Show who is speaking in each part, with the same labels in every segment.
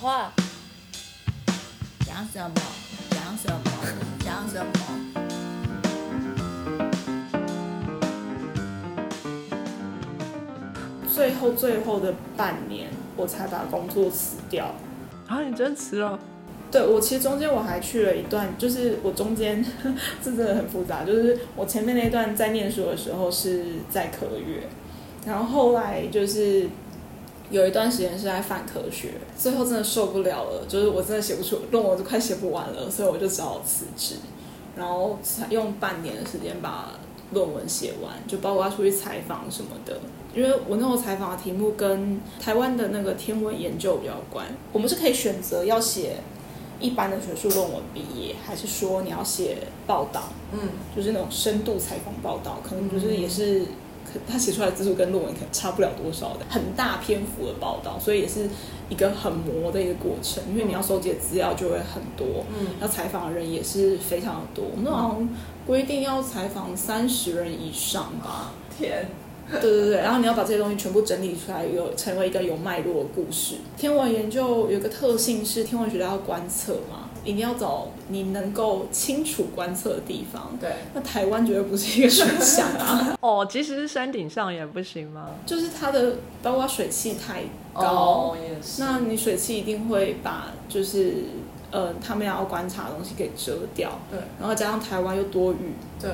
Speaker 1: 话，
Speaker 2: 讲什么？讲什么？讲什么？
Speaker 3: 最后最后的半年，我才把工作辞掉。
Speaker 1: 啊，你真辞了？
Speaker 3: 对我其实中间我还去了一段，就是我中间这真的很复杂，就是我前面那段在念书的时候是在科学，然后后来就是有一段时间是在泛科学，最后真的受不了了，就是我真的写不出论文都快写不完了，所以我就只好辞职，然后才用半年的时间把论文写完，就包括要出去采访什么的。因为我那时候采访的题目跟台湾的那个天文研究比较有关，我们是可以选择要写一般的学术论文毕业，还是说你要写报道，
Speaker 1: 嗯，
Speaker 3: 就是那种深度采访报道，可能就是也是。可他写出来的字数跟论文可能差不了多少的，很大篇幅的报道，所以也是一个很磨的一个过程，因为你要收集的资料就会很多，
Speaker 1: 嗯，
Speaker 3: 要采访的人也是非常的多。我们那好像规定要采访三十人以上吧，
Speaker 1: 天，
Speaker 3: 对对对，然后你要把这些东西全部整理出来，有成为一个有脉络的故事。天文研究有一个特性是，天文学家要观测嘛，一定要找你能够清楚观测的地方。
Speaker 1: 对，
Speaker 3: 那台湾绝对不是一个选项啊，
Speaker 4: 哦，即使是山顶上也不行吗？
Speaker 3: 就是它的包括水汽太高，
Speaker 1: 高哦也是。
Speaker 3: 那你水汽一定会把就是呃他们要观察的东西给遮掉，
Speaker 1: 对，
Speaker 3: 然后加上台湾又多雨，
Speaker 1: 对，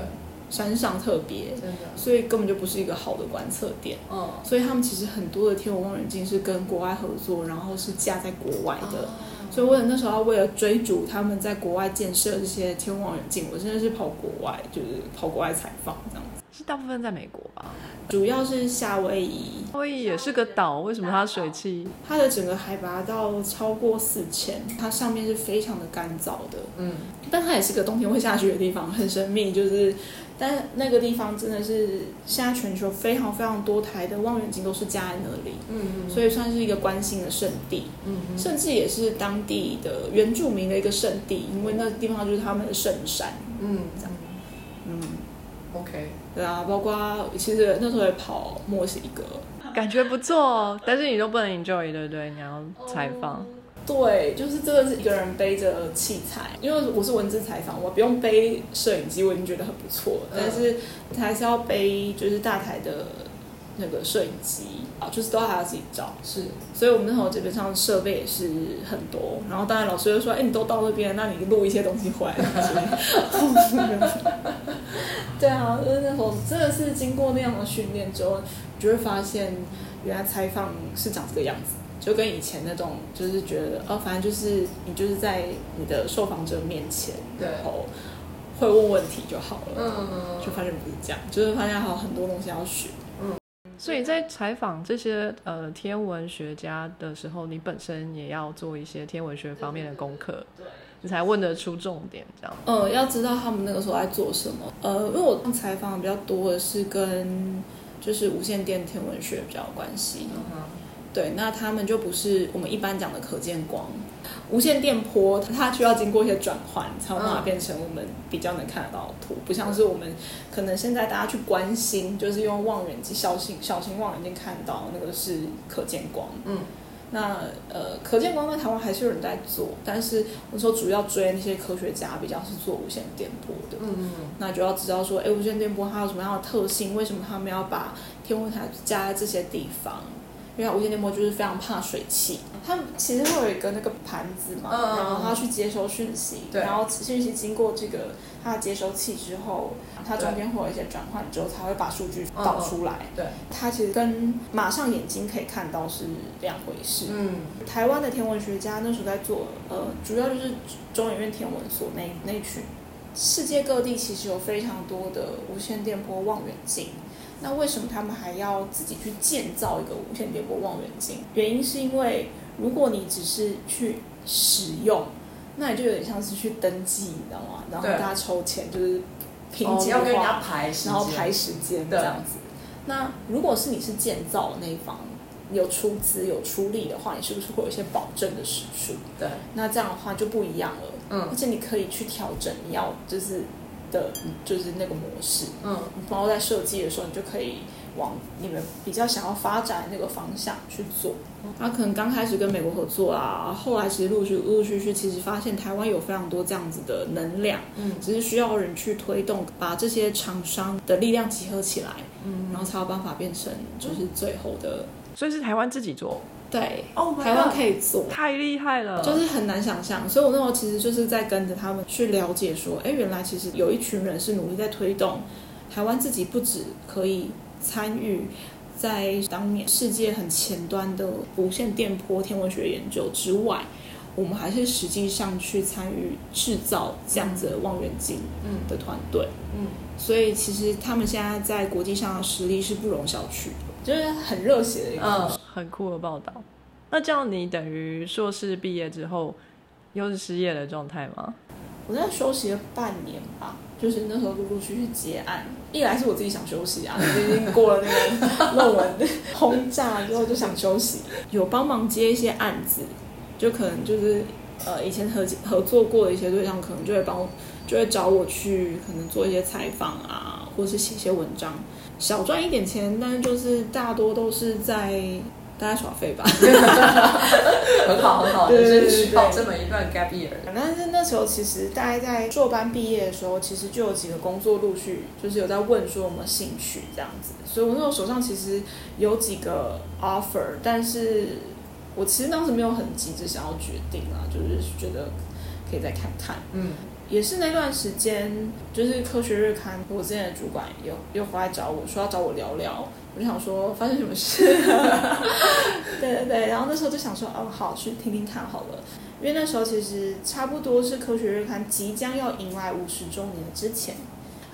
Speaker 3: 山上特别，
Speaker 1: 真的，
Speaker 3: 所以根本就不是一个好的观测点。
Speaker 1: 嗯，
Speaker 3: 所以他们其实很多的天文望远镜是跟国外合作，然后是架在国
Speaker 1: 嗯
Speaker 3: 外
Speaker 1: 哦
Speaker 3: 的。所以我那时候为了追逐他们在国外建设这些天文望远镜，我真的是跑国外，就是跑国外采访这样子。
Speaker 4: 是大部分在美国吧？
Speaker 1: 哦
Speaker 3: 主要是夏威夷，
Speaker 4: 夏威夷也是个岛，为什么它水汽？
Speaker 3: 它的整个海拔到超过四千，它上面是非常的干燥的，
Speaker 1: 嗯，
Speaker 3: 但它也是个冬天会下雪的地方，很神秘。就是，但那个地方真的是现在全球非常非常多台的望远镜都是架在那里，
Speaker 1: 嗯
Speaker 3: 所以算是一个观星的圣地。
Speaker 1: 嗯
Speaker 3: 甚至也是当地的原住民的一个圣地，因为那地方就是他们的圣山。
Speaker 1: 嗯，
Speaker 3: 这
Speaker 1: 样，
Speaker 3: 嗯，
Speaker 1: OK，
Speaker 3: 对啊，包括其实那时候也跑墨西哥。
Speaker 4: 感觉不错哦，但是你都不能 enjoy，对不对？你要采访，
Speaker 3: 对，就是真的是一个人背着器材，因为我是文字采访，我不用背摄影机，我已经觉得很不错了。
Speaker 1: 嗯
Speaker 3: 但是还是要背，就是大台的那个摄影机啊，就是都还要自己照。
Speaker 1: 是，
Speaker 3: 所以我们那时候基本上设备也是很多，然后当然老师就说：“哎、你都到那边，那你录一些东西回来。之类 的”对啊，就是那时候真的是经过那样的训练之后，你就会发现原来采访是长这个样子，就跟以前那种就是觉得哦，反正就是你就是在你的受访者面前，
Speaker 1: 对
Speaker 3: 然后会问问题就好了，
Speaker 1: 嗯
Speaker 3: 就发现不是这样，就是发现还有很多东西要学。
Speaker 4: 所以在采访这些呃天文学家的时候，你本身也要做一些天文学方面的功课，你才问得出重点，这样。
Speaker 3: 呃，要知道他们那个时候在做什么。呃，因为我采访的比较多的是跟就是无线电天文学比较有关系。对，那他们就不是我们一般讲的可见光，无线电波，它需要经过一些转换，才有办法
Speaker 1: 嗯
Speaker 3: 变成我们比较能看得到的图，不像是我们可能现在大家去关心，就是用望远镜、小型小型望远镜看到那个是可见光。
Speaker 1: 嗯，
Speaker 3: 那呃，可见光在台湾还是有人在做，但是我说主要追那些科学家比较是做无线电波的。
Speaker 1: 嗯
Speaker 3: 那就要知道说，哎，无线电波它有什么样的特性？为什么他们要把天文台加在这些地方？因为它无线电波就是非常怕水汽，它其实会有一个那个盘子嘛，
Speaker 1: 嗯嗯嗯
Speaker 3: 然后它去接收讯息，
Speaker 1: 对
Speaker 3: 然后讯息经过这个它的接收器之后，它中间会有一些转换之后，才会把数据导出来。
Speaker 1: 嗯对，
Speaker 3: 它其实跟马上眼睛可以看到是两回事。
Speaker 1: 嗯
Speaker 3: 台湾的天文学家那时候在做，呃，主要就是中研院天文所那那一群。世界各地其实有非常多的无线电波望远镜，那为什么他们还要自己去建造一个无线电波望远镜？原因是因为如果你只是去使用，那你就有点像是去登记，你知道吗？然后
Speaker 1: 对
Speaker 3: 大家抽签，就是凭
Speaker 1: 哦，
Speaker 3: 计
Speaker 1: 要
Speaker 3: 划。
Speaker 1: 跟人家排时间，
Speaker 3: 然后排时间这
Speaker 1: 对
Speaker 3: 样子。那如果是你是建造的那一方，有出资有出力的话，你是不是会有一些保证的时数？
Speaker 1: 对，
Speaker 3: 那这样的话就不一样了，
Speaker 1: 嗯
Speaker 3: 而且你可以去调整你要就是的，就是那个模式。
Speaker 1: 嗯
Speaker 3: 然后在设计的时候，你就可以往你们比较想要发展的那个方向去做。那嗯啊可能刚开始跟美国合作啦，后来其实陆续陆陆续续，其实发现台湾有非常多这样子的能量，
Speaker 1: 嗯
Speaker 3: 只是需要人去推动，把这些厂商的力量集合起来，
Speaker 1: 嗯
Speaker 3: 然后才有办法变成就是最后的
Speaker 4: 所以是台湾自己做，
Speaker 3: 对，
Speaker 1: ，Oh
Speaker 3: 台湾
Speaker 1: my god，
Speaker 3: 可以做。
Speaker 4: 太厉害了。
Speaker 3: 就是很难想象，所以我那时候其实就是在跟着他们去了解，说，哎，原来其实有一群人是努力在推动台湾自己不止可以参与在当年世界很前端的无线电波天文学研究之外，我们还是实际上去参与制造这样子的望远镜
Speaker 1: 嗯
Speaker 3: 的团队。
Speaker 1: 嗯，
Speaker 3: 所以其实他们现在在国际上的实力是不容小觑的，就是很热血的一个
Speaker 1: 嗯，
Speaker 4: 很酷的报道。那这样你等于硕士毕业之后又是失业的状态吗？
Speaker 3: 我在休息了半年吧，就是那时候陆陆续续结案。一来是我自己想休息啊，已经过了那个论文的轰炸之后就想休息，有帮忙接一些案子，就可能就是呃以前合合作过的一些对象，可能就会帮我，就会找我去可能做一些采访啊，或是写一些文章，小赚一点钱，但是就是大多都是在大家耍废吧。
Speaker 1: 很好很好，
Speaker 3: 对对对
Speaker 1: 人生需要
Speaker 3: 对
Speaker 1: 这么一段 gap year。
Speaker 3: 但是那时候其实大概在硕班毕业的时候，其实就有几个工作陆续就是有在问说有没有兴趣这样子，所以我那时候手上其实有几个 offer，但是我其实当时没有很急着想要决定啊，就是觉得可以再看看。
Speaker 1: 嗯
Speaker 3: 也是那段时间，就是科学日刊，我之前的主管又又回来找我说要找我聊聊，我就想说发生什么事， 对对对，然后那时候就想说哦好去听听看好了，因为那时候其实差不多是科学日刊即将要迎来五十周年之前，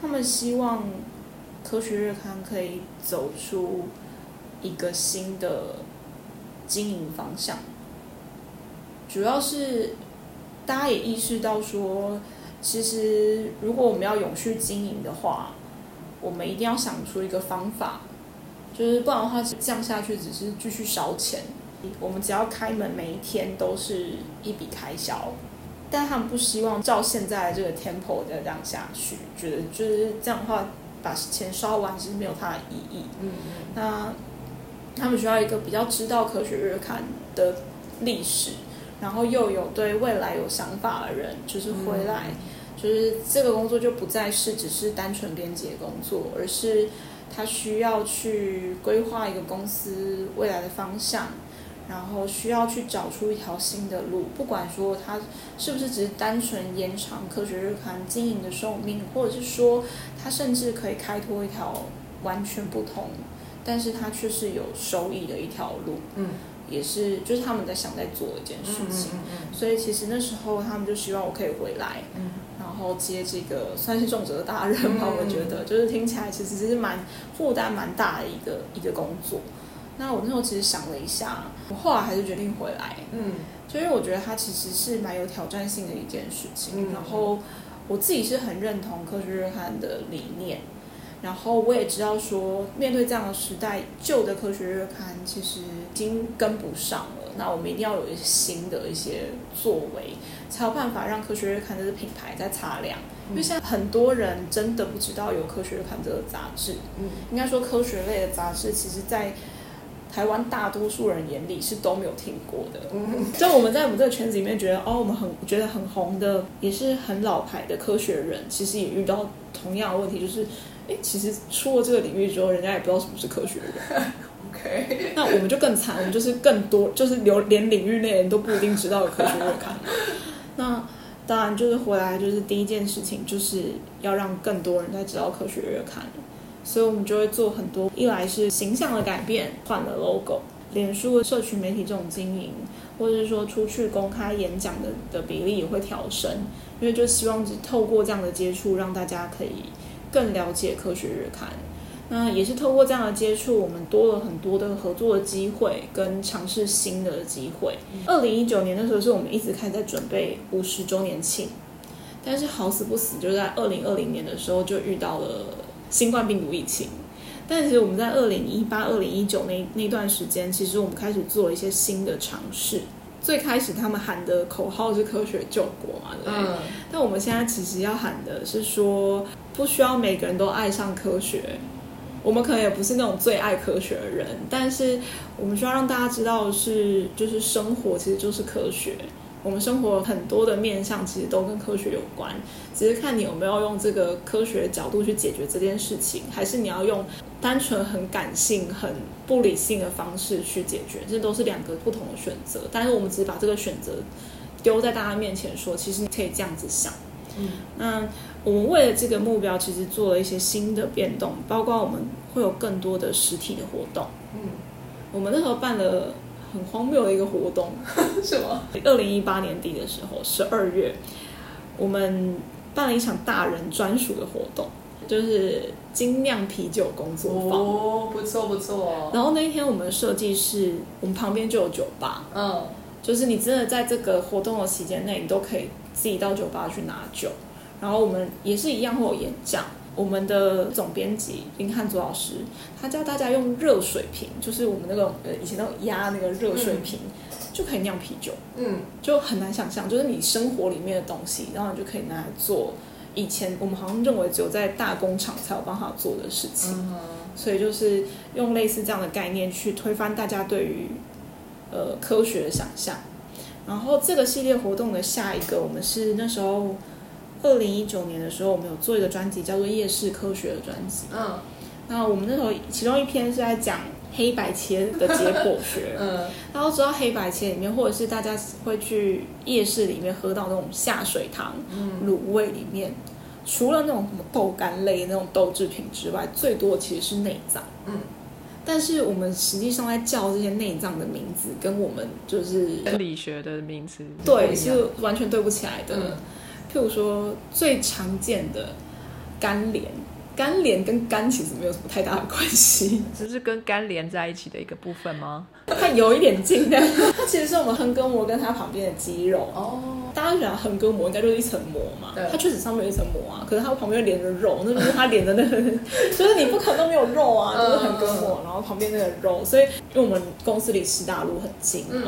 Speaker 3: 他们希望科学日刊可以走出一个新的经营方向，主要是大家也意识到说，其实如果我们要永续经营的话，我们一定要想出一个方法，就是不然的话这样下去只是继续烧钱。我们只要开门，每一天都是一笔开销，但他们不希望照现在这个 tempo 再这样下去，觉得就是这样的话，把钱烧完其实没有它的意义。
Speaker 1: 嗯
Speaker 3: 那他们需要一个比较知道科学月刊的历史，然后又有对未来有想法的人，就是回来，
Speaker 1: 嗯
Speaker 3: 就是这个工作就不再是只是单纯编辑的工作，而是他需要去规划一个公司未来的方向。然后需要去找出一条新的路，不管说它是不是只是单纯延长科学日刊经营的寿命，或者是说它甚至可以开拓一条完全不同但是它却是有收益的一条路，
Speaker 1: 嗯，
Speaker 3: 也是就是他们在想在做的一件事情，所以其实那时候他们就希望我可以回来，
Speaker 1: 嗯，
Speaker 3: 然后接这个算是重责大任吧，
Speaker 1: 嗯
Speaker 3: 我觉得就是听起来其实是蛮负担蛮大的一个一个工作。那我那时候其实想了一下，我后来还是决定回来，
Speaker 1: 嗯
Speaker 3: 就因为我觉得它其实是蛮有挑战性的一件事情。
Speaker 1: 嗯
Speaker 3: 然后我自己是很认同科学日刊的理念，然后我也知道说，面对这样的时代，旧的科学日刊其实已经跟不上了。那我们一定要有一些新的一些作为，才有办法让科学日刊这个品牌再擦亮。
Speaker 1: 嗯
Speaker 3: 因为现在很多人真的不知道有科学日刊这个杂志，
Speaker 1: 嗯
Speaker 3: 应该说科学类的杂志，其实在台湾大多数人眼里是都没有听过的。
Speaker 1: 嗯
Speaker 3: 就我们在我们这个圈子里面，觉得哦，我们很觉得很红的，也是很老牌的科学人，其实也遇到同样的问题，就是，哎，其实出了这个领域之后，人家也不知道什么是科学人，
Speaker 1: ，OK，
Speaker 3: 那我们就更惨，我们就是更多，就是留连领域内人都不一定知道有科学月刊。那当然就是回来，就是第一件事情就是要让更多人在知道科学月刊，所以我们就会做很多，一来是形象的改变，换了 logo，脸书的社群媒体这种经营，或者是说出去公开演讲的的比例也会调升，因为就希望只透过这样的接触，让大家可以更了解科学日刊。那也是透过这样的接触，我们多了很多的合作的机会跟尝试新的机会。二零一九年的时候，是我们一直开始在准备五十周年庆，但是好死不死，就在二零二零年的时候就遇到了新冠病毒疫情。但其实我们在二零一八、二零一九那那段时间，其实我们开始做了一些新的尝试，最开始他们喊的口号是科学救国嘛，对不对？
Speaker 1: 嗯，
Speaker 3: 但我们现在其实要喊的是说，不需要每个人都爱上科学。我们可能也不是那种最爱科学的人，但是我们需要让大家知道的是，就是生活其实就是科学。我们生活很多的面向其实都跟科学有关，只是看你有没有用这个科学角度去解决这件事情，还是你要用单纯很感性、很不理性的方式去解决，这都是两个不同的选择。但是我们只是把这个选择丢在大家面前说，其实你可以这样子想。
Speaker 1: 嗯，
Speaker 3: 那我们为了这个目标，其实做了一些新的变动，包括我们会有更多的实体的活动。
Speaker 1: 嗯，
Speaker 3: 我们那时候办了很荒谬的一个活动，
Speaker 1: 什么？
Speaker 3: 二零一八年底的时候，十二月，我们办了一场大人专属的活动，就是精酿啤酒工作坊。
Speaker 1: 哦，不错不错。
Speaker 3: 然后那一天我们的设计是，我们旁边就有酒吧，
Speaker 1: 嗯，
Speaker 3: 就是你真的在这个活动的期间内，你都可以自己到酒吧去拿酒。然后我们也是一样会有演讲。我们的总编辑林汉祖老师，他教大家用热水瓶，就是我们那种呃以前那种压那个热水瓶，就可以酿啤酒，
Speaker 1: 嗯，
Speaker 3: 就很难想象，就是你生活里面的东西，然后你就可以拿来做以前我们好像认为只有在大工厂才有办法做的事情。
Speaker 1: 嗯
Speaker 3: 所以就是用类似这样的概念去推翻大家对于呃科学的想象。然后这个系列活动的下一个，我们是那时候二零一九年的时候，我们有做一个专辑叫做《夜市科学》的专辑。
Speaker 1: 嗯
Speaker 3: 那我们那时候其中一篇是在讲黑白切的解剖学，
Speaker 1: 嗯
Speaker 3: 大家都知道黑白切里面，或者是大家会去夜市里面喝到那种下水汤、
Speaker 1: 嗯
Speaker 3: 卤味里面，除了那种什么豆干类那种豆制品之外，最多其实是内脏。
Speaker 1: 嗯，
Speaker 3: 但是我们实际上在叫这些内脏的名字，跟我们就是
Speaker 4: 理学的名词
Speaker 3: 对
Speaker 4: 不一样
Speaker 3: 是完全对不起来的。
Speaker 1: 嗯
Speaker 3: 譬如说最常见的干莲，干莲跟肝其实没有什么太大的关系，
Speaker 4: 只是跟肝连在一起的一个部分吗？
Speaker 3: 它有一点 近，但它其实是我们横膈膜跟它旁边的肌肉。
Speaker 1: 哦，
Speaker 3: 大家想横膈膜应该就是一层膜嘛
Speaker 1: 对，
Speaker 3: 它确实上面有一层膜啊，可是它旁边连着肉，那就是它连的那个， 就是你不可能都没有肉啊，
Speaker 1: 嗯
Speaker 3: 就是横膈膜，然后旁边那个肉，所以因为我们公司离师大路很近，
Speaker 1: 嗯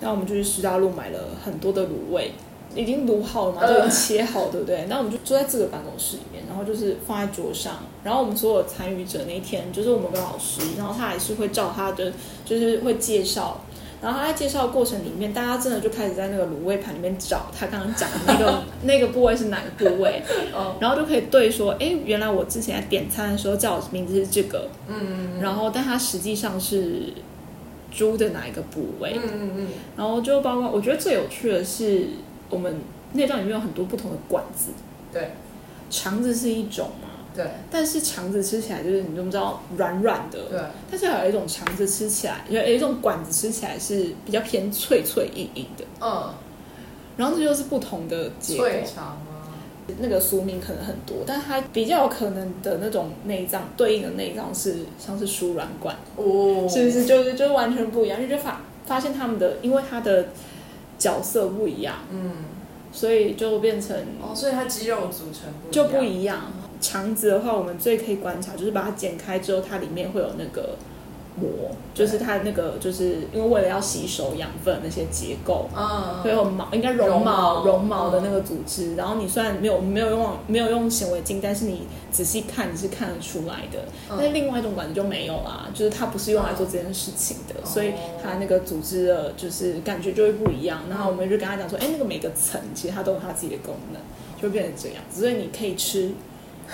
Speaker 3: 那我们就去师大路买了很多的卤味，已经卤好了嘛，都已经切好，对不对？那我们就坐在这个办公室里面，然后就是放在桌上，然后我们所有参与者那一天，就是我们跟老师，然后他还是会照他的，就是会介绍。然后他在介绍的过程里面，大家真的就开始在那个卤味盘里面找他刚刚讲的那个 那个部位是哪个部位，
Speaker 1: 哦，
Speaker 3: 然后就可以对说，哎，原来我之前在点餐的时候叫我名字是这个，
Speaker 1: 嗯
Speaker 3: 然后但它实际上是猪的哪一个部位，
Speaker 1: 嗯嗯
Speaker 3: 然后就包括我觉得最有趣的是，我们内脏里面有很多不同的管子，
Speaker 1: 对，
Speaker 3: 肠子是一种嘛，
Speaker 1: 对
Speaker 3: 但是肠子吃起来就是你知不知道软软的，
Speaker 1: 对，
Speaker 3: 但是还有一种肠子吃起来，有有一种管子吃起来是比较偏脆脆硬硬的，
Speaker 1: 嗯，
Speaker 3: 然后这就是不同的结果。
Speaker 1: 最长吗？
Speaker 3: 那个俗名可能很多，但它比较有可能的那种内脏对应的内脏是像是输卵管。
Speaker 1: 哦，
Speaker 3: 是不是就是就是完全不一样？就就发发现他们的，因为他的角色不一样，
Speaker 1: 嗯，
Speaker 3: 所以就变成
Speaker 1: 哦，所以它肌肉组成不
Speaker 3: 就不
Speaker 1: 一样，
Speaker 3: 一样。肠子的话，我们最可以观察就是把它剪开之后，它里面会有那个膜，就是它那个就是因为为了要吸收养分的那些结构。
Speaker 1: 嗯，
Speaker 3: 会有毛，应该绒毛，绒
Speaker 1: 绒
Speaker 3: 毛
Speaker 1: 毛
Speaker 3: 的那个组织。然后你虽然没有没有用没有用显微镜，但是你仔细看你是看得出来的。但是
Speaker 1: 嗯，
Speaker 3: 另外一种管子就没有啦，就是它不是用来做这件事情的，
Speaker 1: 哦
Speaker 3: 所以它那个组织的就是感觉就会不一样。然后我们就跟他讲说，哎、那个每个层其实它都有它自己的功能，就变成这样。所以你可以吃，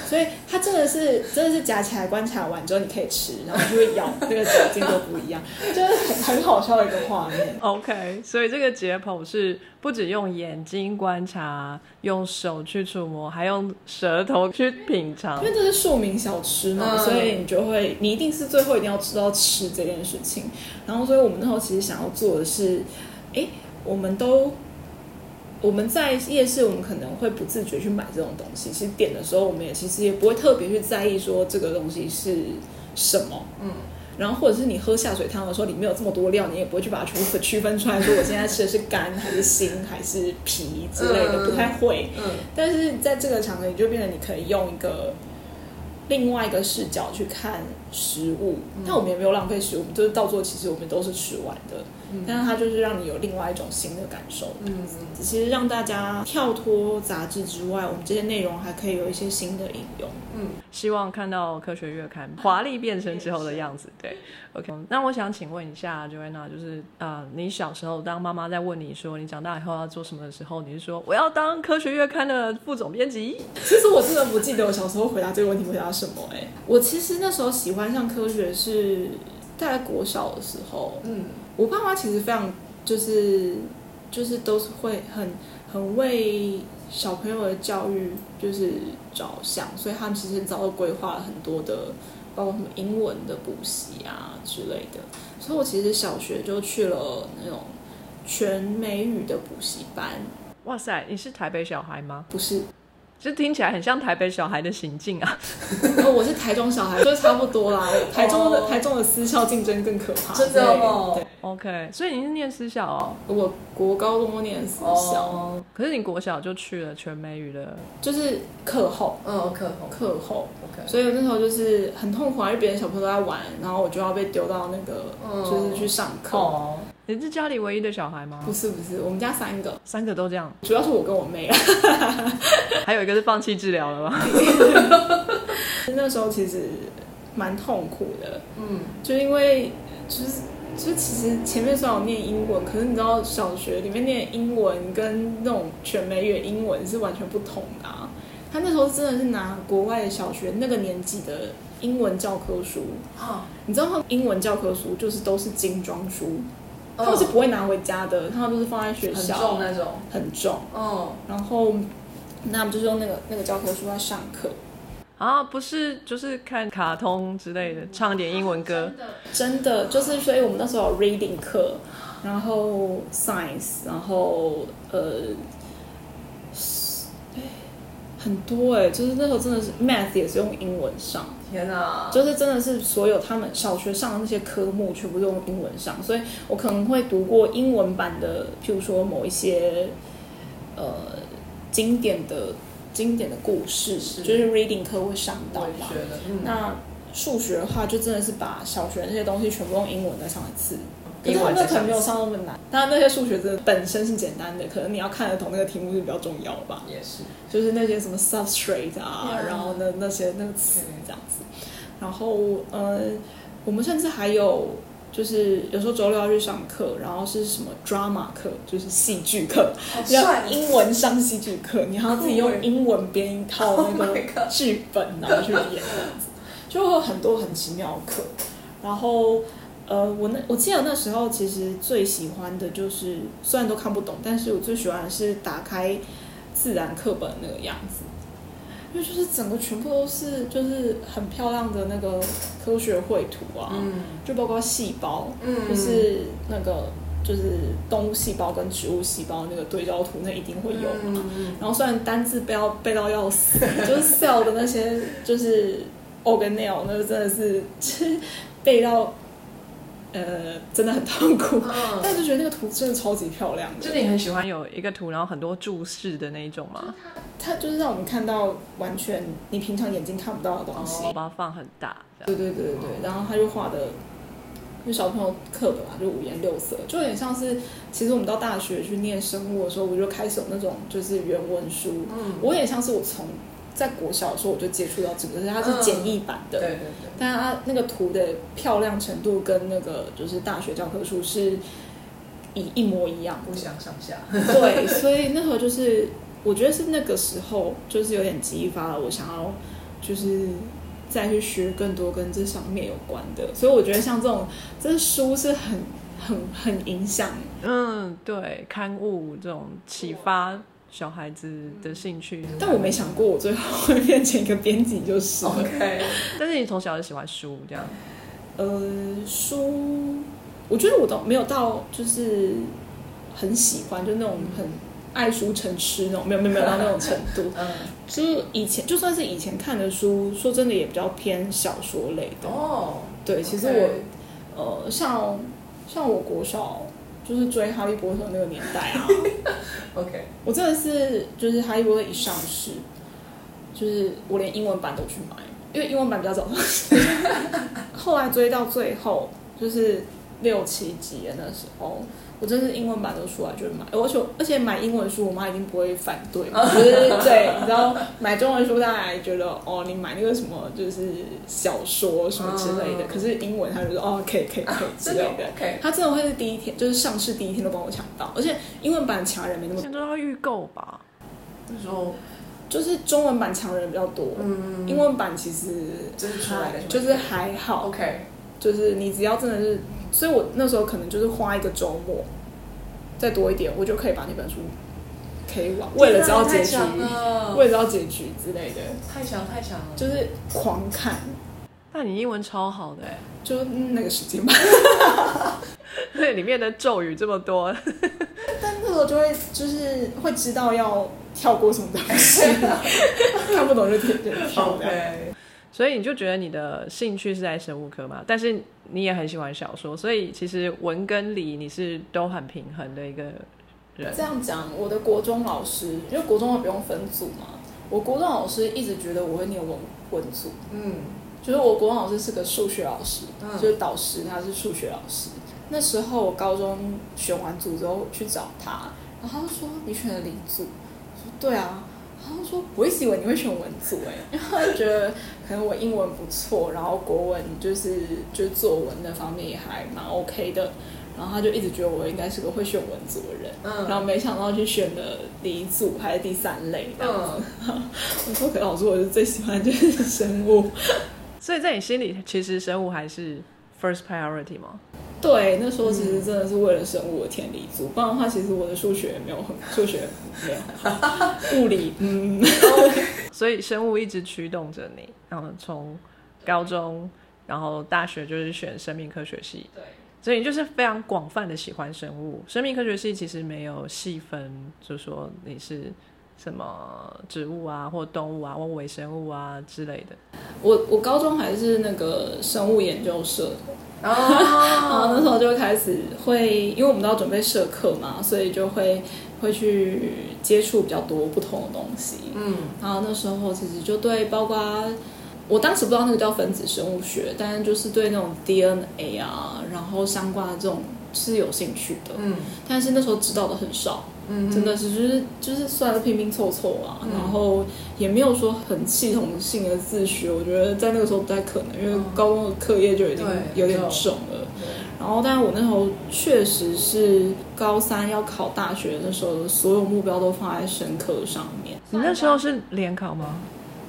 Speaker 3: 所以它真的是真的是夹起来观察完之后你可以吃，然后就会咬那个酒精都不 一样，就是很很好笑的一个画面。
Speaker 4: OK，所以这个解剖是不只用眼睛观察，用手去触摸，还用舌头去品尝
Speaker 3: 因。为这是庶民小吃嘛，
Speaker 1: 嗯
Speaker 3: 所以你就会，你一定是最后一定要知道吃这件事情。然后，所以我们那时候其实想要做的是，诶，我们都我们在夜市，我们可能会不自觉去买这种东西。其实点的时候，我们也其实也不会特别去在意说这个东西是什么。
Speaker 1: 嗯。
Speaker 3: 然后，或者是你喝下水汤的时候，里面有这么多料，你也不会去把它全部分区分出来，说我现在吃的是肝还是心还是皮之类的，
Speaker 1: 嗯
Speaker 3: 不太会。
Speaker 1: 嗯
Speaker 3: 但是在这个场合，你就变得你可以用一个另外一个视
Speaker 1: 嗯
Speaker 3: 角去看食物。但我们也没有浪费食物，我们就是到最后其实我们都是吃完的。
Speaker 1: 嗯
Speaker 3: 但是它就是让你有另外一种新的感受。
Speaker 1: 嗯嗯
Speaker 3: 其实让大家跳脱杂志之外，我们这些内容还可以有一些新的应用。
Speaker 1: 嗯，
Speaker 4: 希望看到科学月刊华丽变身之后的样子。对，OK。那我想请问一下 Joanna，就是啊、呃你小时候当妈妈在问你说你长大以后要做什么的时候，你是说我要当科学月刊的副总编辑？
Speaker 3: 其实我真的不记得我小时候回答这个问题回答什么哎、我其实那时候喜欢上科学是大概国小的时候，
Speaker 1: 嗯
Speaker 3: 我爸妈其实非常就是就是都是会很很为小朋友的教育就是着想，所以他们其实早就规划了很多的，包括什么英文的补习啊之类的。所以我其实小学就去了那种全美语的补习班，
Speaker 4: 哇塞，你是台北小孩吗？
Speaker 3: 不是，
Speaker 4: 这听起来很像台北小孩的行径啊！
Speaker 3: 然后哦我是台中小孩，所以差不多啦。台中的
Speaker 1: 哦
Speaker 3: 台中的私校竞争更可怕，
Speaker 1: 真的哦
Speaker 3: 对，对
Speaker 4: OK，所以你是念私校哦，
Speaker 3: 我国高中都念私校，
Speaker 1: 哦，
Speaker 4: 可是你国小就去了全美语的，
Speaker 3: 就是课后
Speaker 1: 嗯，可红
Speaker 3: 课后。
Speaker 1: ，OK，
Speaker 3: 所以我那时候就是很痛苦啊，因为别人小朋友都在玩，然后我就要被丢到那个、
Speaker 1: 嗯
Speaker 3: 就是去上课。
Speaker 1: 哦，
Speaker 4: 你是家里唯一的小孩吗
Speaker 3: 不？是不是，我们家三个，
Speaker 4: 三个都这样，
Speaker 3: 主要是我跟我妹啊。
Speaker 4: 还有一个是放弃治疗了吗？
Speaker 3: 那时候其实蛮痛苦的，
Speaker 1: 嗯，
Speaker 3: 就因为就是。就其实前面虽然我念英文，可是你知道小学里面念英文跟那种全美语英文是完全不同的、啊。他那时候真的是拿国外的小学那个年纪的英文教科书，
Speaker 1: 好，
Speaker 3: 你知道他们英文教科书就是都是精装书，他们是不会拿回家的，他们都是放在哦学
Speaker 1: 很
Speaker 3: 校，
Speaker 1: 重那种，
Speaker 3: 很重
Speaker 1: 嗯，
Speaker 3: 然后那我们就是用那个那个教科书来上课，
Speaker 4: 啊，不是，就是看卡通之类
Speaker 3: 嗯
Speaker 4: 的，唱点英文歌。
Speaker 3: 真的就是，所以我们那时候有 reading 课，然后 science，然后呃，很多哎、就是那时候真的是 math 也是用英文上，
Speaker 1: 天
Speaker 4: 啊
Speaker 1: 哪，
Speaker 3: 就是真的是所有他们小学上的那些科目全部都用英文上，所以我可能会读过英文版的，譬如说某一些呃经典的经典的故事，
Speaker 1: 是
Speaker 3: 就是 reading 课会上到
Speaker 1: 我也
Speaker 3: 嘛
Speaker 1: 觉。得，嗯，
Speaker 3: 那数学的话，就真的是把小学那些东西全部用英文再上一次。可
Speaker 4: 英
Speaker 3: 是他
Speaker 4: 文
Speaker 3: 们
Speaker 4: 再
Speaker 3: 那可能
Speaker 4: 上
Speaker 3: 没有上那么难，当然那些数学真的本身是简单的，可能你要看得懂那个题目是比较重要吧。
Speaker 1: 也是，
Speaker 3: 就是那些什么 substrate 啊
Speaker 1: Yeah.
Speaker 3: 然后那那些那个词
Speaker 1: 对
Speaker 3: 这样子。然后呃，我们甚至还有就是有时候周六要去上课，然后是什么 drama 课，就是戏剧课，
Speaker 1: 好
Speaker 3: 要
Speaker 1: 帅，
Speaker 3: 英文上戏剧课，你还要自己
Speaker 1: 酷欸
Speaker 3: 用英文编一 套
Speaker 1: Oh
Speaker 3: 那个
Speaker 1: my god
Speaker 3: 剧本，然后去演这样子，就会有很多很奇妙的课。然后呃，我那我记得那时候其实最喜欢的就是，虽然都看不懂，但是我最喜欢的是打开自然课本那个样子。因为就是整个全部都是就是很漂亮的那个科学绘图啊，
Speaker 1: 嗯
Speaker 3: 就包括细胞，
Speaker 1: 嗯，
Speaker 3: 就是那个就是动物细胞跟植物细胞那个对照图，那一定会有嘛。
Speaker 1: 嗯
Speaker 3: 然后虽然单字背到背到要死， 就是 cell 的那些就是 organelle，那个真的是背到呃真的很痛苦，
Speaker 1: 嗯，
Speaker 3: 但是觉得那个图真的超级漂亮的
Speaker 4: 就，你很喜欢有一个图，然后很多注释的那一种吗？
Speaker 3: 它就是让我们看到完全你平常眼睛看不到的东西。
Speaker 4: 我把它放很大，这样
Speaker 3: 对对对对，然后他就画的，就小朋友课本嘛，就五颜六色，就有点像是，其实我们到大学去念生物的时候，我就开始有那种就是原文书，
Speaker 1: 嗯，
Speaker 3: 我有点像是我从在国小的时候我就接触到这个，可是它是简易版的，
Speaker 1: 对对
Speaker 3: 但它那个图的漂亮程度跟那个就是大学教科书是一一模一样
Speaker 1: 对，不相上下，
Speaker 3: 对，所以那时候就是，我觉得是那个时候就是有点激发了我想要，就是再去学更多跟这上面有关的。所以我觉得像这种这书是很很很影响，
Speaker 4: 嗯，对，刊物这种启发小孩子
Speaker 1: 嗯
Speaker 4: 的兴趣。
Speaker 3: 但我没想过我最后会变成一个编辑就是了。
Speaker 4: 哦
Speaker 1: OK，
Speaker 4: 但是你从小就喜欢书，这样
Speaker 3: 呃，书，我觉得我都没有到就是很喜欢，就那种很爱书成痴那种，没有没有没有到那种程度。
Speaker 1: 嗯，
Speaker 3: 就是以前就算是以前看的书，说真的也比较偏小说类的。
Speaker 1: 哦，
Speaker 3: 对，其实
Speaker 1: OK
Speaker 3: 我呃，像像我国小就是追《哈利波特》那个年代啊，
Speaker 1: OK，
Speaker 3: 我真的是就是《哈利波特》一上市，就是我连英文版都去 买，因为英文版比较早上市。后来追到最后，就是六七级的那时候，我真是英文版都出来就买，而且而且买英文书，我妈一定不会反对
Speaker 1: 哦
Speaker 3: 嘛，就是对，你知道买中文书，大家还觉得哦，你买那个什么就是小说什么之类的，
Speaker 1: 嗯
Speaker 3: 可是英文她就说哦，可以可以可以之
Speaker 1: 真
Speaker 3: 类
Speaker 1: 的
Speaker 3: 的。
Speaker 1: OK，
Speaker 3: 她真的会是第一天，就是上市第一天都帮我抢到，而且英文版抢人没那么
Speaker 4: 现在都要预购吧？
Speaker 1: 那时候
Speaker 3: 就是中文版强人比较多，
Speaker 1: 嗯
Speaker 3: 英文版其实
Speaker 1: 就是出来的
Speaker 3: 还就是还好，
Speaker 1: OK，
Speaker 3: 就是你只要真的是，所以我那时候可能就是花一个周末，再多一点，我就可以把那本书 K 完，为了知道结局，
Speaker 1: 天哪太强了
Speaker 3: 啊为了知道结局之类的，
Speaker 1: 太强太强了，
Speaker 3: 就是狂看，
Speaker 4: 那你英文超好 的哎、
Speaker 3: 就那个时间吧。
Speaker 4: 对，里面的咒语这么多，
Speaker 3: 但那时候就会就是会知道要跳过什么东西， 看不懂就点点跳的。
Speaker 1: OK，
Speaker 4: 所以你就觉得你的兴趣是在生物科嘛？但是你也很喜欢小说，所以其实文跟理你是都很平衡的一个人
Speaker 3: 这。样讲，我的国中老师，因为国中不用分组嘛，我国中老师一直觉得我会念文文组，
Speaker 1: 嗯
Speaker 3: 就是我国文老师是个数学老师，
Speaker 1: 嗯
Speaker 3: 就是导师，他是数学老师。那时候我高中选完组之后去找他，然后他就说你选了理组，我说对啊，然后他就说我一直以为你会选文组哎、 因为他就觉得可能我英文不错，然后国文就是就是作文那方面也还蛮 OK 的，然后他就一直觉得我应该是个会选文组的人，
Speaker 1: 嗯，
Speaker 3: 然后没想到去选了理组还是第三类这样子。
Speaker 1: 嗯，
Speaker 3: 我说可老师，我是最喜欢的就是生物。
Speaker 4: 所以在你心里，其实生物还是 first priority 吗？
Speaker 3: 对，那时候其实真的是为了生物的填理组，不然的话，其实我的数学没有很，数学没有很好，物理嗯，
Speaker 4: 所以生物一直驱动着你，然后从高中，然后大学就是选生命科学系，
Speaker 1: 对，
Speaker 4: 所以你就是非常广泛的喜欢生物。生命科学系其实没有细分，就说你是什么植物啊，或动物啊，或微生物啊之类的。
Speaker 3: 我我高中还是那个生物研究社，
Speaker 1: 然
Speaker 3: 然后哦那
Speaker 1: 后
Speaker 3: 时候就开始会，因为我们都要准备社课嘛，所以就会会去接触比较多不同的东西，
Speaker 1: 嗯
Speaker 3: 然后那时候其实就对，包括我当时不知道那个叫分子生物学，但是就是对那种 DNA 啊，然后相关的这种是有兴趣的，
Speaker 1: 嗯
Speaker 3: 但是那时候知道的很少，
Speaker 1: 嗯，
Speaker 3: 真的是就是就是算是拼拼凑凑啊，然后也没有说很系统性的自学，我觉得在那个时候不太可能，因为
Speaker 1: 嗯
Speaker 3: 高中的课业就已经
Speaker 1: 对
Speaker 3: 有点
Speaker 1: 很
Speaker 3: 重
Speaker 1: 重
Speaker 3: 了。
Speaker 1: 嗯
Speaker 3: 然后，但是我那时候确实是高三要考大学的时候，所有目标都放在生科上面。
Speaker 4: 你那时候是联考吗？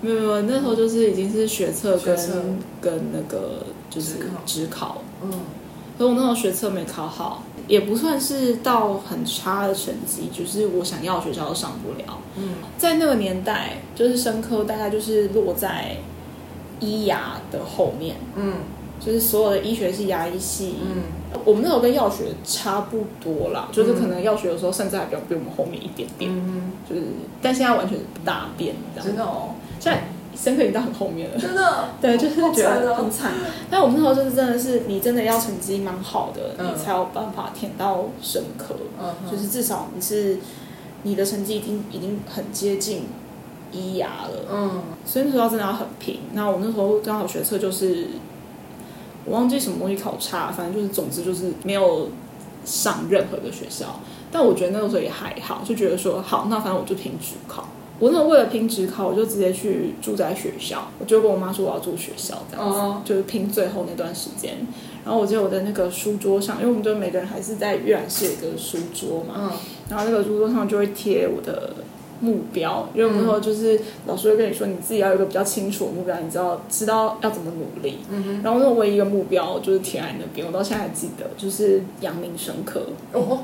Speaker 3: 没有没有，那时候就是已经是学测
Speaker 1: 学
Speaker 3: 跟
Speaker 1: 测
Speaker 3: 跟那个就是
Speaker 1: 职考
Speaker 3: 职考，
Speaker 1: 嗯
Speaker 3: 所以我那时候学测没考好，也不算是到很差的成绩，就是我想要的学校都上不了。
Speaker 1: 嗯
Speaker 3: 在那个年代，就是生科大概就是落在医牙的后面，
Speaker 1: 嗯
Speaker 3: 就是所有的医学系、牙医系。
Speaker 1: 嗯
Speaker 3: 我们那时候跟药学差不多啦，就是可能药学有时候甚至还比较比我们后面一点点，
Speaker 1: 嗯，
Speaker 3: 就是但现在完全不大变这样
Speaker 1: 真。的哦，
Speaker 3: 现在生科已经到很后面了。
Speaker 1: 真的，
Speaker 3: 对，就是觉
Speaker 1: 好
Speaker 3: 得
Speaker 1: 哦
Speaker 3: 很惨。但我们那时候就是真的是，你真的要成绩蛮好的，
Speaker 1: 嗯
Speaker 3: 你才有办法填到生科。
Speaker 1: 嗯哼，
Speaker 3: 就是至少你是你的成绩已经已经很接近一牙了，
Speaker 1: 嗯
Speaker 3: 所以那时候真的要很拼。那我那时候刚好学测就是我忘记什么东西考差，反正就是总之就是没有上任何的学校。但我觉得那个时候也还好，就觉得说好，那反正我就拼职考。我那时候为了拼职考，我就直接去住在学校，我就跟我妈说我要住学校这样子。
Speaker 1: 哦
Speaker 3: 就是拼最后那段时间。然后我记得我的那个书桌上，因为我们就每个人还是在阅览室有一个书桌嘛，
Speaker 1: 嗯
Speaker 3: 然后那个书桌上就会贴我的目标，因为我们那时候就是、老师会跟你说，你自己要有一个比较清楚的目标，你知道知道要怎么努力。
Speaker 1: 嗯哼，
Speaker 3: 然后那唯一一个目标就是贴在那边，我到现在还记得，就是阳明生科。
Speaker 1: 哦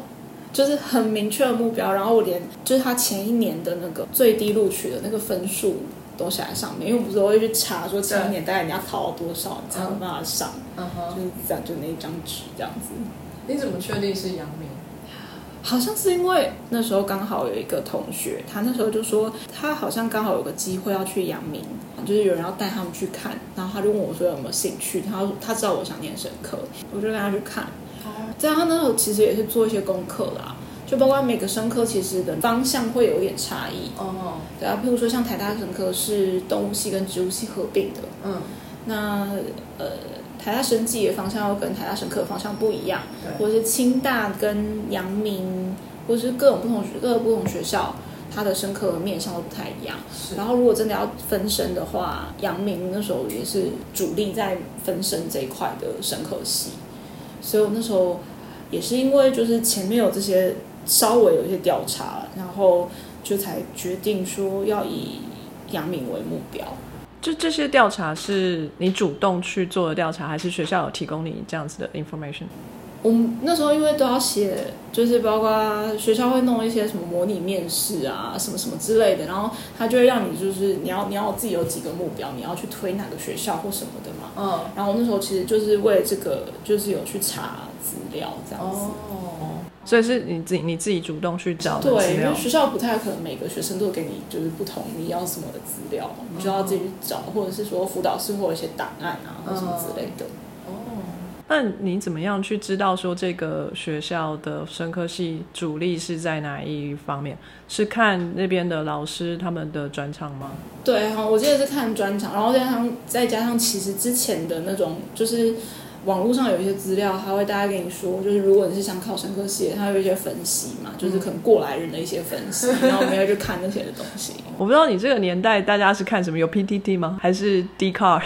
Speaker 3: 就是很明确的目标，然后我连就是他前一年的那个最低录取的那个分数都写在上面，因为我不是都会去查说前一年大概你要考到多少，你才有办法上，
Speaker 1: 嗯
Speaker 3: 就
Speaker 1: 哼，
Speaker 3: 是这样就那一张纸这样子。
Speaker 1: 你怎么确定是杨明？
Speaker 3: 好像是因为那时候刚好有一个同学，他那时候就说他好像刚好有个机会要去阳明，就是有人要带他们去看，然后他就问我说有没有兴趣，他他知道我想念神科，我就跟他去看。这样他那时候其实也是做一些功课啦，就包括每个生科其实的方向会有一点差异，
Speaker 1: 哦，
Speaker 3: 对啊，譬如说像台大生科是动物系跟植物系合并的，
Speaker 1: 嗯
Speaker 3: 那呃，台大生技的方向又跟台大生科的方向不一样，
Speaker 1: 对
Speaker 3: 或者是清大跟阳明，或是各种不同学各个不同学校，它的生科面向都不太一样。
Speaker 1: 是
Speaker 3: 然后如果真的要分身的话，阳明那时候也是主力在分身这一块的生科系，所以我那时候也是因为就是前面有这些稍微有一些调查，然后就才决定说要以阳明为目标。
Speaker 4: 就这些调查是你主动去做的调查，还是学校有提供你这样子的 information？
Speaker 3: 我们那时候因为都要写，就是包括学校会弄一些什么模拟面试啊，什么什么之类的，然后他就会让你就是你要你要自己有几个目标，你要去推哪个学校或什么的嘛。
Speaker 1: 嗯
Speaker 3: 然后我那时候其实就是为了这个，就是有去查资料这样子。
Speaker 1: 哦，
Speaker 4: 所以是你自己你自己主动去找的资
Speaker 3: 对，因
Speaker 4: 料
Speaker 3: 为。学校不太可能每个学生都给你就是不同你要什么的资料，
Speaker 1: 嗯
Speaker 3: 你就要自己去找，或者是说辅导室会有一些档案啊或什么之类的。
Speaker 4: 那你怎么样去知道说这个学校的生科系主力是在哪一方面？是看那边的老师他们的专场吗？
Speaker 3: 对，好，我记得是看专场，然后再加上再加上其实之前的那种就是。网络上有一些资料，他会大概跟你说，就是如果你是想考生科系的，他有一些分析嘛，就是可能过来人的一些分析，
Speaker 1: 嗯
Speaker 3: 然后我们要去看那些的东西。
Speaker 4: 我不知道你这个年代大家是看什么，有 PTT 吗？还是 d c a r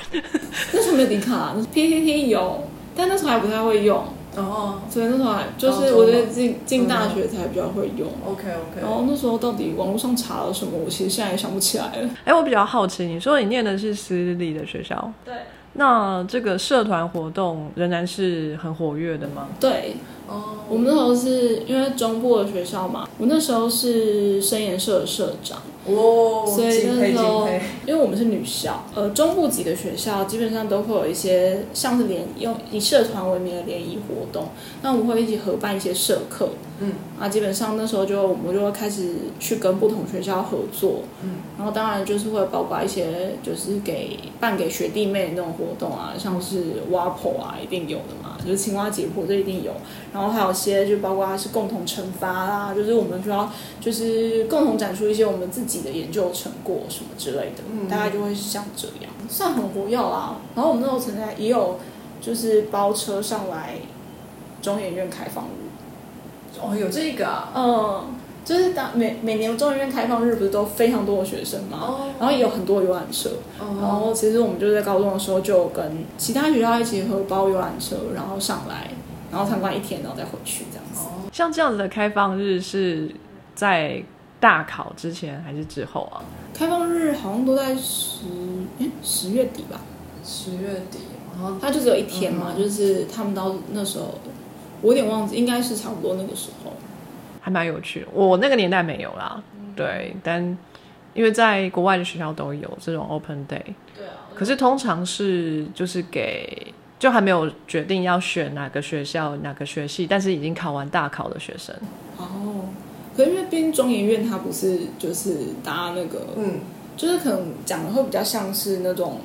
Speaker 3: 那时候没有迪卡，PPT 有，但那时候还不太会用，
Speaker 1: 哦
Speaker 3: 所以那时候还就
Speaker 1: 高
Speaker 3: 是
Speaker 1: 中
Speaker 3: 我觉
Speaker 1: 吗
Speaker 3: 得进进大学才比较会用。
Speaker 1: ，OK OK，
Speaker 3: 然后那时候到底网络上查了什么，我其实现在也想不起来了。
Speaker 4: 哎、我比较好奇，你说你念的是私立的学校，
Speaker 3: 对
Speaker 4: 那这个社团活动仍然是很活跃的吗？
Speaker 3: 对，
Speaker 1: 哦，
Speaker 3: 我们那时候是因为中部的学校嘛，我那时候是生研社的社长，
Speaker 1: 哦，
Speaker 3: 所以
Speaker 1: 敬
Speaker 3: 那
Speaker 1: 佩
Speaker 3: 时
Speaker 1: 敬
Speaker 3: 候
Speaker 1: 佩，
Speaker 3: 因为我们是女校，呃，中部几个学校基本上都会有一些像是联用以社团为名的联谊活动，那我们会一起合办一些社课，
Speaker 1: 嗯，
Speaker 3: 啊，基本上那时候就我们就会开始去跟不同学校合作，
Speaker 1: 嗯，
Speaker 3: 然后当然就是会包括一些就是给办给学弟妹的那种活动啊，像是挖婆啊，一定有的嘛，就是青蛙解剖这一定有，然后还有些就包括是共同惩罚啦，就是我们就要就是共同展出一些我们自己的研究成果什么之类的，
Speaker 1: 嗯
Speaker 3: 大概就会是像这样，嗯算很活跃啦。然后我们那时候曾经也有就是包车上来中研院开放日，
Speaker 1: 哦，有这个啊，
Speaker 3: 嗯，就是当每每年中研院开放日不是都非常多的学生嘛，
Speaker 1: 哦，
Speaker 3: 然后也有很多游览车，然
Speaker 1: 哦，
Speaker 3: 后其实我们就在高中的时候就跟其他学校一起合包游览车，然后上来，然后参观一天，然后再回去这样子。
Speaker 4: 像这样子的开放日是在大考之前还是之后啊？
Speaker 3: 开放日好像都在十诶十月底吧，
Speaker 1: 十月底，然后嗯
Speaker 3: 它就只有一天嘛，就是他们到那时候，我有点忘记，应该是差不多那个时候。
Speaker 4: 还蛮有趣的。我那个年代没有啦，
Speaker 1: 嗯
Speaker 4: 对，但因为在国外的学校都有这种 open day，
Speaker 3: 对啊，
Speaker 4: 可是通常是就是给就还没有决定要选哪个学校哪个学系，但是已经考完大考的学生。
Speaker 3: 哦，可是因为毕竟中研院它不是就是搭那个，
Speaker 1: 嗯，
Speaker 3: 就是可能讲的会比较像是那种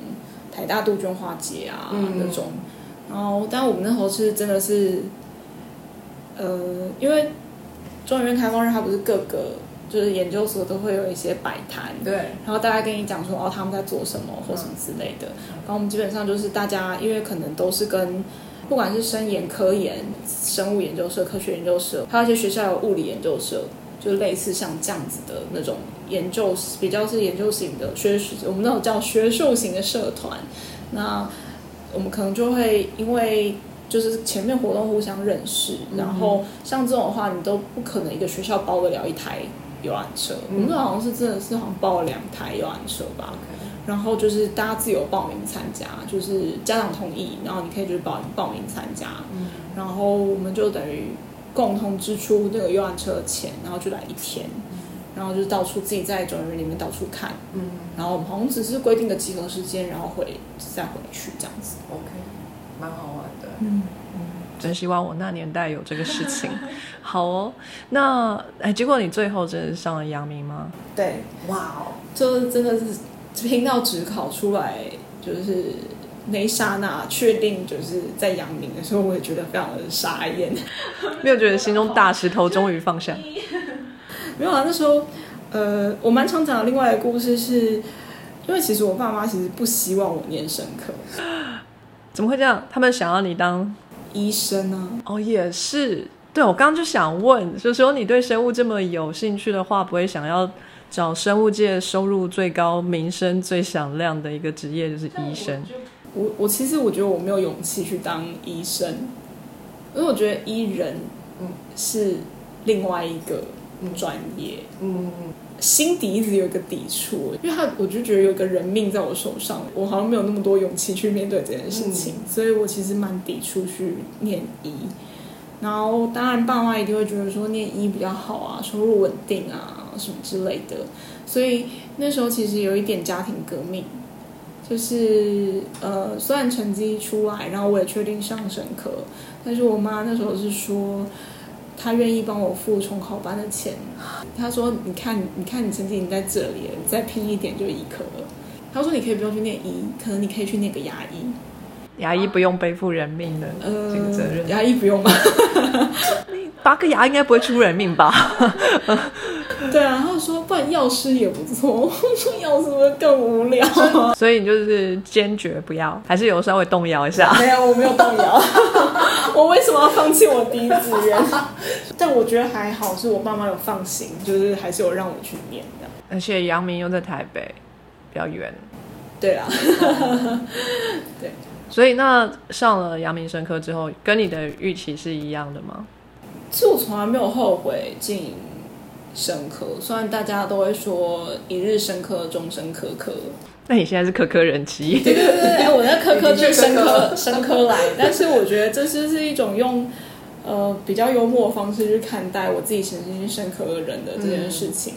Speaker 3: 台大杜鹃花节啊、
Speaker 1: 嗯
Speaker 3: 那种，然后但我们那时候是真的是，呃，因为中研院开放日它不是各个就是研究所都会有一些摆摊，
Speaker 1: 对，
Speaker 3: 然后大家跟你讲说哦他们在做什么或什么之类的。然后我们基本上就是大家，因为可能都是跟不管是生研、科研、生物研究社、科学研究社，还有一些学校有物理研究社，就类似像这样子的那种研究，比较是研究型的学术，我们那种叫学术型的社团。那我们可能就会因为。就是前面活动互相认识，然后像这种的话，你都不可能一个学校包得了一台游览车。我们那好像是真的是好像报了两台游览车吧，然后就是大家自由报名参加，就是家长同意，然后你可以就是报报名参加，然后我们就等于共同支出这个游览车的钱，然后就来一天，然后就是到处自己在转园里面到处看，
Speaker 1: 嗯
Speaker 3: 然后我们好像只是规定个集合时间，然后回再回去这样子。
Speaker 1: ，OK，蛮好玩的，
Speaker 4: 真希望我那年代有这个事情。好哦，那哎，结果你最后真的是上了阳明吗？
Speaker 3: 对，
Speaker 1: 哇哦，
Speaker 3: 就是真的是听到只考出来，就是那一刹那确定就是在阳明的时候，我也觉得非常的傻眼。
Speaker 4: 没有觉得心 中大石头终于放下？
Speaker 3: 没有啊，那时候呃，我蛮常讲的另外一个故事是，因为其实我爸妈其实不希望我念生科，
Speaker 4: 怎么会这样？他们想要你当
Speaker 3: 医生啊，
Speaker 4: 哦，也是。对，我刚刚就想问，就说你对生物这么有兴趣的话，不会想要找生物界收入最高、名声最响亮的一个职业就是医生？
Speaker 3: 我我其实我觉得我没有勇气去当医生，因为我觉得医人嗯是另外一个专业，
Speaker 1: 嗯，
Speaker 3: 心底一直有一个抵触，因为他我就觉得有一个人命在我手上，我好像没有那么多勇气去面对这件事情，
Speaker 1: 嗯
Speaker 3: 所以我其实蛮抵触去念医。然后当然爸妈一定会觉得说念医比较好啊，收入稳定啊什么之类的，所以那时候其实有一点家庭革命。就是呃，虽然成绩出来，然后我也确定上神科，但是我妈那时候是说，她愿意帮我付重考班的钱。她说：“你看，你看你成绩已经在这里了，你再拼一点就医科了。”她说：“你可以不用去念医，可能你可以去念个牙医。
Speaker 4: 牙医不用背负人命的这个责
Speaker 3: 呃，
Speaker 4: 任，
Speaker 3: 牙医不用吧？
Speaker 4: 拔个牙应该不会出人命吧？
Speaker 3: 对啊。”她说：“不然药师也不错。”我说：“药师会不会更无聊。
Speaker 4: 所以你就是坚决不要，还是有稍微动摇一下”。
Speaker 3: 没有，我没有动摇。我为什么要放弃我第一志愿？ 但我觉得还好，是我爸妈有放心，就是还是有让我去念的。
Speaker 4: 而且阳明又在台北，比较远，
Speaker 3: 对啊 啦，
Speaker 4: 所以那上了阳明生科之后，跟你的预期是一样的吗？
Speaker 3: 其实我从来没有后悔进生科，虽然大家都会说一日生科，终身科科。
Speaker 4: 那你现在是科科人妻，
Speaker 3: 对对对，对我那科科就是生
Speaker 1: 的
Speaker 3: 科生科来，但是我觉得这就是一种用呃比较幽默的方式去看待我自己曾经是生科人的这件事情。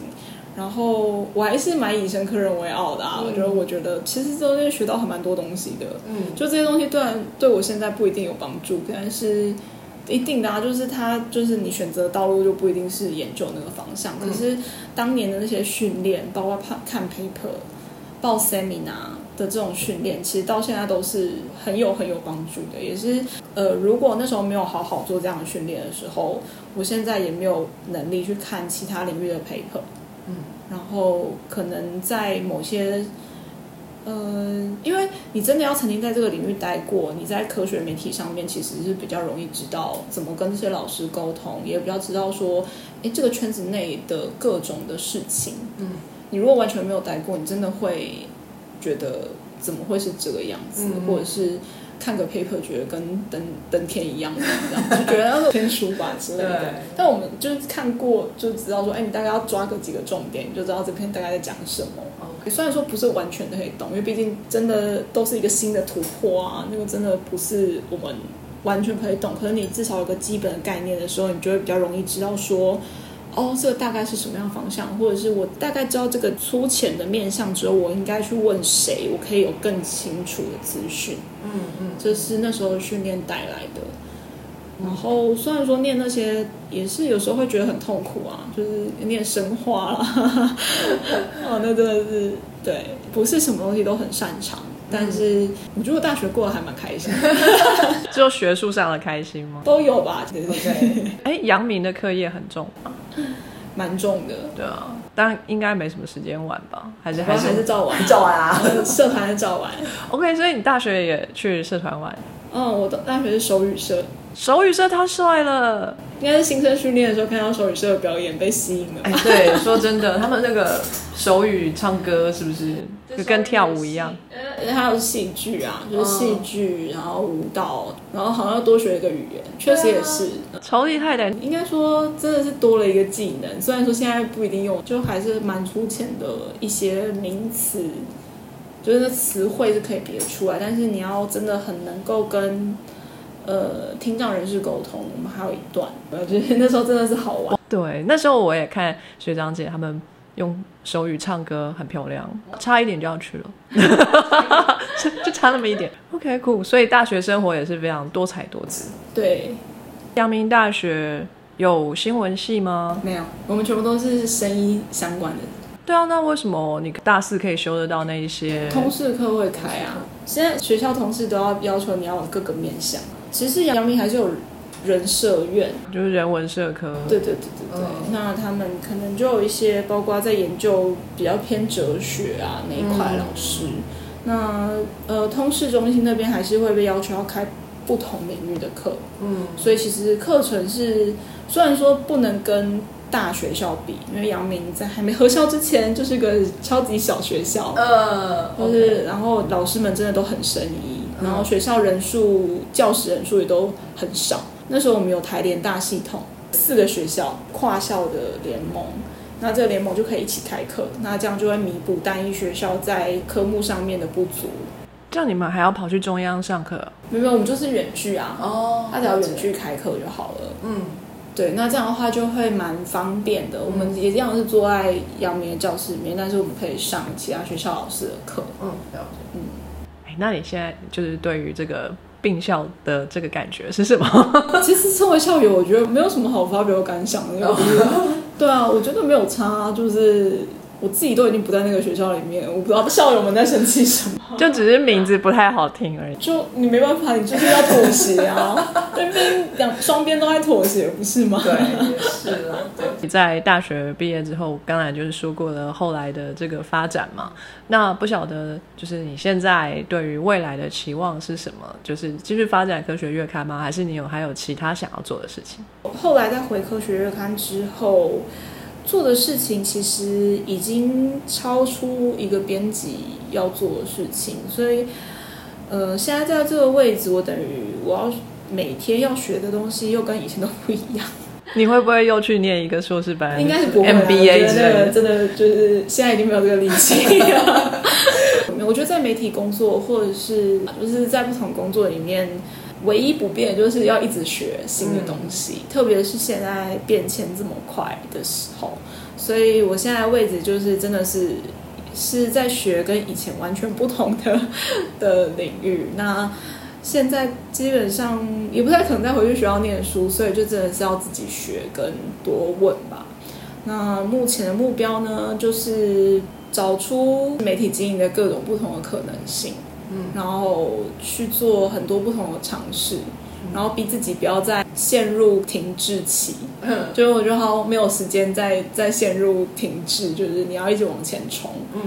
Speaker 3: 然后我还是蛮以生科人为傲的啊，我觉得我觉得其实中间学到还蛮多东西的，
Speaker 1: 嗯
Speaker 3: 就这些东西对对我现在不一定有帮助，但是一定的啊，就是它就是你选择的道路就不一定是研究那个方向。可是当年的那些训练，包括看看 paper、报 seminar 的这种训练，其实到现在都是很有很有帮助的。也是呃，如果那时候没有好好做这样的训练的时候，我现在也没有能力去看其他领域的 paper。
Speaker 1: 嗯，
Speaker 3: 然后可能在某些。呃，因为你真的要曾经在这个领域待过，你在科学媒体上面其实是比较容易知道怎么跟这些老师沟通，也比较知道说，哎，这个圈子内的各种的事情。
Speaker 1: 嗯，
Speaker 3: 你如果完全没有待过，你真的会觉得怎么会是这个样子，
Speaker 1: 嗯
Speaker 3: 或者是看个 paper 觉得跟登登天一样，这样就 觉得那是天书吧之类
Speaker 1: 对
Speaker 3: 的。但我们就是看过，就知道说，哎，你大概要抓个几个重点，你就知道这篇大概在讲什么。
Speaker 1: ，OK，
Speaker 3: 虽然说不是完全的可以懂，因为毕竟真的都是一个新的突破啊，那个真的不是我们完全可以懂。可是你至少有个基本的概念的时候，你就会比较容易知道说，哦，这个大概是什么样的方向，或者是我大概知道这个粗浅的面向之后，我应该去问谁，我可以有更清楚的资讯。
Speaker 1: 嗯嗯，
Speaker 3: 这是那时候训练带来的。然后虽然说念那些也是有时候会觉得很痛苦啊，就是念生化啦， 哦，那真的是对，不是什么东西都很擅长，但是
Speaker 4: 嗯
Speaker 3: 我觉得我大学过得还蛮开心的，
Speaker 4: 只有学术上的开心吗？
Speaker 3: 都有吧，其实
Speaker 1: OK
Speaker 4: 哎，阳明的课业很重吗？
Speaker 3: 蛮重的，
Speaker 4: 对啊，当然应该没什么时间玩吧，还是还
Speaker 3: 然后
Speaker 4: 是
Speaker 3: 哦还是照玩，
Speaker 1: 照完啊，
Speaker 3: 嗯 社团还是照玩。
Speaker 4: OK。所以你大学也去社团玩，
Speaker 3: 嗯，我的大学是手语社，
Speaker 4: 手语社太帅了。
Speaker 3: 应该是新生训练的时候看到手语社的表演被吸引了吧
Speaker 4: 哎，对，说真的，他们那个手语唱歌是不是就跟跳舞一样？
Speaker 3: 呃还有戏剧啊，
Speaker 4: 嗯
Speaker 3: 就是戏剧，然后舞蹈，然后好像要多学一个语言，确
Speaker 4: 啊
Speaker 3: 实也是。
Speaker 4: 超厉害的。
Speaker 3: 应该说真的是多了一个技能，虽然说现在不一定用，就还是蛮粗浅的一些名词，就是那词汇是可以别出来，但是你要真的很能够跟呃听障人士沟通，我们还有一段，我觉得那时候真的是好玩。
Speaker 4: 对，那时候我也看学长姐他们用手语唱歌，很漂亮，差一点就要去了，就 就差那么一点。OK，酷、所以大学生活也是非常多彩多姿。
Speaker 3: 对，
Speaker 4: 阳明大学有新闻系吗？
Speaker 3: 没有，我们全部都是声音相关的
Speaker 4: 对啊，那为什么你大四可以修得到那一些？
Speaker 3: 通识课会开啊，现在学校通识都要要求你要往各个面向。其实阳明还是有人社院，
Speaker 4: 就是人文社科。
Speaker 3: 对对对对对，
Speaker 1: 嗯
Speaker 3: 那他们可能就有一些包括在研究比较偏哲学啊那一块
Speaker 1: 嗯
Speaker 3: 老师。那呃，通识中心那边还是会被要求要开不同领域的课，
Speaker 1: 嗯
Speaker 3: 所以其实课程是虽然说不能跟大学校比，因为阳明在还没 合校之前就是个超级小学校，
Speaker 1: 呃，
Speaker 3: 就
Speaker 1: OK
Speaker 3: 是然后老师们真的都很生意，
Speaker 1: 嗯
Speaker 3: 然后学校人数、教室人数也都很少。那时候我们有台联大系统，四个学校跨校的联盟，那这个联盟就可以一起开课，那这样就会弥补单一学校在科目上面的不足。
Speaker 4: 这样你们还要跑去中央上课？
Speaker 3: 没有没有，我们就是远距啊，
Speaker 1: 哦，
Speaker 3: 他只要远距开课就好了。
Speaker 1: 嗯，
Speaker 3: 对，那这样的话就会蛮方便的。我
Speaker 1: 嗯
Speaker 3: 们也一样是坐在阳明的教室里面，但是我们可以上其他学校老师的课。
Speaker 1: 嗯了解。
Speaker 4: 哎，那你现在就是对于这个并校的这个感觉是什么？
Speaker 3: 其实身为校友，我觉得没有什么好发表感想的，因为我觉得 对啊，我觉得没有差啊，就是我自己都已经不在那个学校里面，我不知道校友们在生气什么。
Speaker 4: 就只是名字不太好听而已。
Speaker 3: 就你没办法，你就是要妥协啊，这边两双边都在妥协，不是吗？
Speaker 1: 对，也是啦，对，
Speaker 4: 你在大学毕业之后，刚才就是说过了后来的这个发展嘛。那不晓得就是你现在对于未来的期望是什么？就是继续发展科学月刊吗？还是你有还有其他想要做的事情？
Speaker 3: 后来在回科学月刊之后，做的事情其实已经超出一个编辑要做的事情，所以，呃，现在在这个位置，我等于我要每天要学的东西又跟以前都不一样，
Speaker 4: 你会不会又去念一个硕士班？
Speaker 3: 应该是不会啦
Speaker 4: MBA
Speaker 3: 我
Speaker 4: 之类
Speaker 3: 觉得那个
Speaker 4: 的。
Speaker 3: 真的就是现在已经没有这个力气了。 我觉得在媒体工作，或者是就是在不同工作里面，唯一不变的就是要一直学新的东西，特别是现在变迁这么快的时候，所以我现在的位置就是真的是是在学跟以前完全不同的的领域。那现在基本上也不太可能再回去学校念书，所以就真的是要自己学跟多问吧。那目前的目标呢，就是找出媒体经营的各种不同的可能性，
Speaker 1: 嗯，
Speaker 3: 然后去做很多不同的尝试，然后逼自己不要再陷入停滞期。
Speaker 1: 嗯
Speaker 3: 就是我觉得好像没有时间再再陷入停滞，就是你要一直往前冲，
Speaker 1: 嗯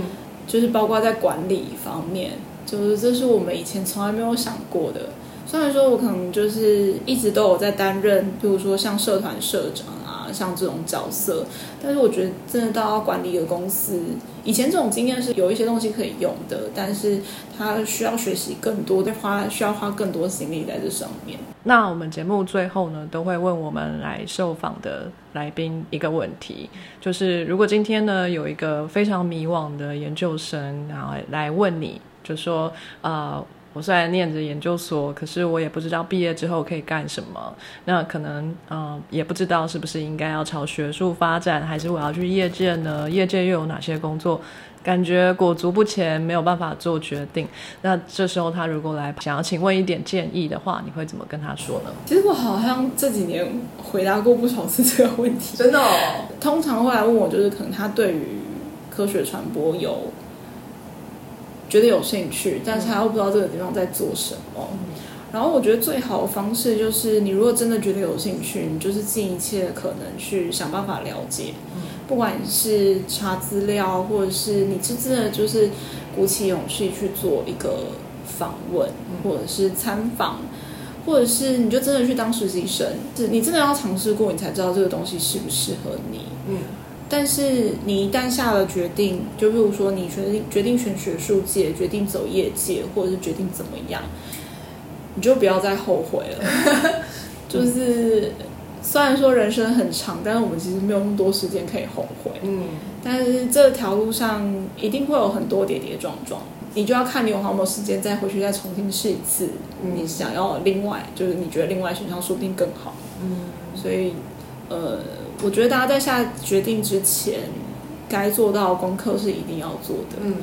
Speaker 3: 就是包括在管理方面，就是这是我们以前从来没有想过的。虽然说我可能就是一直都有在担任，比如说像社团社长啊，像这种角色，但是我觉得真的到要管理一个公司，以前这种经验是有一些东西可以用的，但是他需要学习更多，再花需要花更多心力在这上面。
Speaker 4: 那我们节目最后呢，都会问我们来受访的来宾一个问题，就是如果今天呢有一个非常迷惘的研究生，然后来问你，就说呃。我虽然念着研究所，可是我也不知道毕业之后可以干什么。那可能，呃，也不知道是不是应该要朝学术发展，还是我要去业界呢？业界又有哪些工作？感觉裹足不前，没有办法做决定。那这时候他如果来想要请问一点建议的话，你会怎么跟他说呢？
Speaker 3: 其实我好像这几年回答过不少次这个问题，
Speaker 1: 真的哦，
Speaker 3: 通常会来问我，就是可能他对于科学传播有觉得有兴趣，但是他又不知道这个地方在做什么。然后我觉得最好的方式就是，你如果真的觉得有兴趣，你就是尽一切可能去想办法了解，不管是查资料，或者是你是真的就是鼓起勇气去做一个访问，或者是参访。或者是你就真的去当实习生，是你真的要尝试过，你才知道这个东西适不适合你。
Speaker 1: 嗯
Speaker 3: 但是你一旦下了决定，就比如说你决定决定选学术界，决定走业界，或者是决定怎么样，你就不要再后悔了。 就是虽然说人生很长，但是我们其实没有那么多时间可以后悔。
Speaker 1: 嗯
Speaker 3: 但是这条路上一定会有很多跌跌撞撞，你就要看你有没有时间再回去再重新试一次。
Speaker 1: 嗯
Speaker 3: 你想要另外，就是你觉得另外选项说不定更好。
Speaker 1: 嗯
Speaker 3: 所以，呃，我觉得大家在下决定之前，该做到的功课是一定要做的。
Speaker 1: 嗯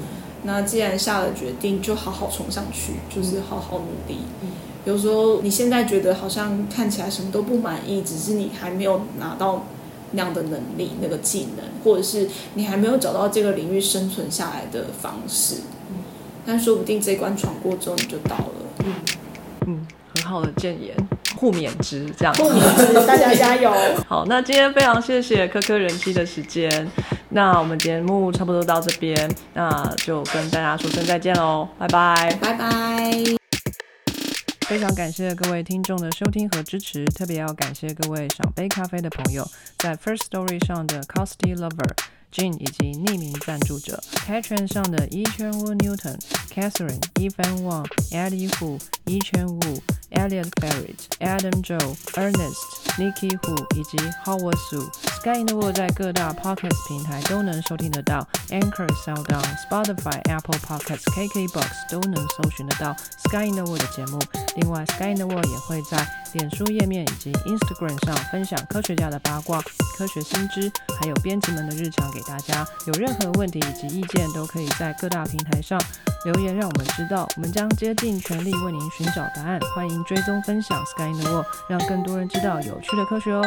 Speaker 3: 那既然下了决定，就好好冲上去，就是好好努力。
Speaker 1: 嗯
Speaker 3: 有时候你现在觉得好像看起来什么都不满意，只是你还没有拿到那样的能力、那个技能，或者是你还没有找到这个领域生存下来的方式。
Speaker 1: 嗯
Speaker 3: 但说不定这一关闯过之后，你就到了。
Speaker 1: 嗯，
Speaker 4: 嗯，很好的建言。互勉之这样。
Speaker 3: 不免 之，嗯大家加油！
Speaker 4: 好，那今天非常谢谢科科人妻的时间，那我们节目差不多到这边，那就跟大家说声再见喽，拜拜。
Speaker 1: 拜拜。
Speaker 4: 非常感谢各位听众的收听和支持，特别要感谢各位赏杯咖啡的朋友，在 First Story 上的 Costy Lover、Jean 以及匿名赞助者 Patreon 上的一圈 Wu Newton、Catherine、Evan Wang、Eddie Fu、一圈 Wu、Elliot Barrett、Adam Joe、Ernest、Nikki Hu 以及 Howard Su。Sky in the World 在各大 Podcast 平台都能收听得到，Anchor、Sound、Spotify、Apple Podcasts、KKBox 都能搜寻得到 Sky in the World 的节目。另外，Sky in the World 也会在脸书页面以及 Instagram 上分享科学家的八卦、科学新知，还有编辑们的日常给大家。有任何问题以及意见，都可以在各大平台上留言，让我们知道，我们将竭尽全力为您寻找答案。欢迎追踪分享 Sky in the World，让更多人知道有趣的科学哦。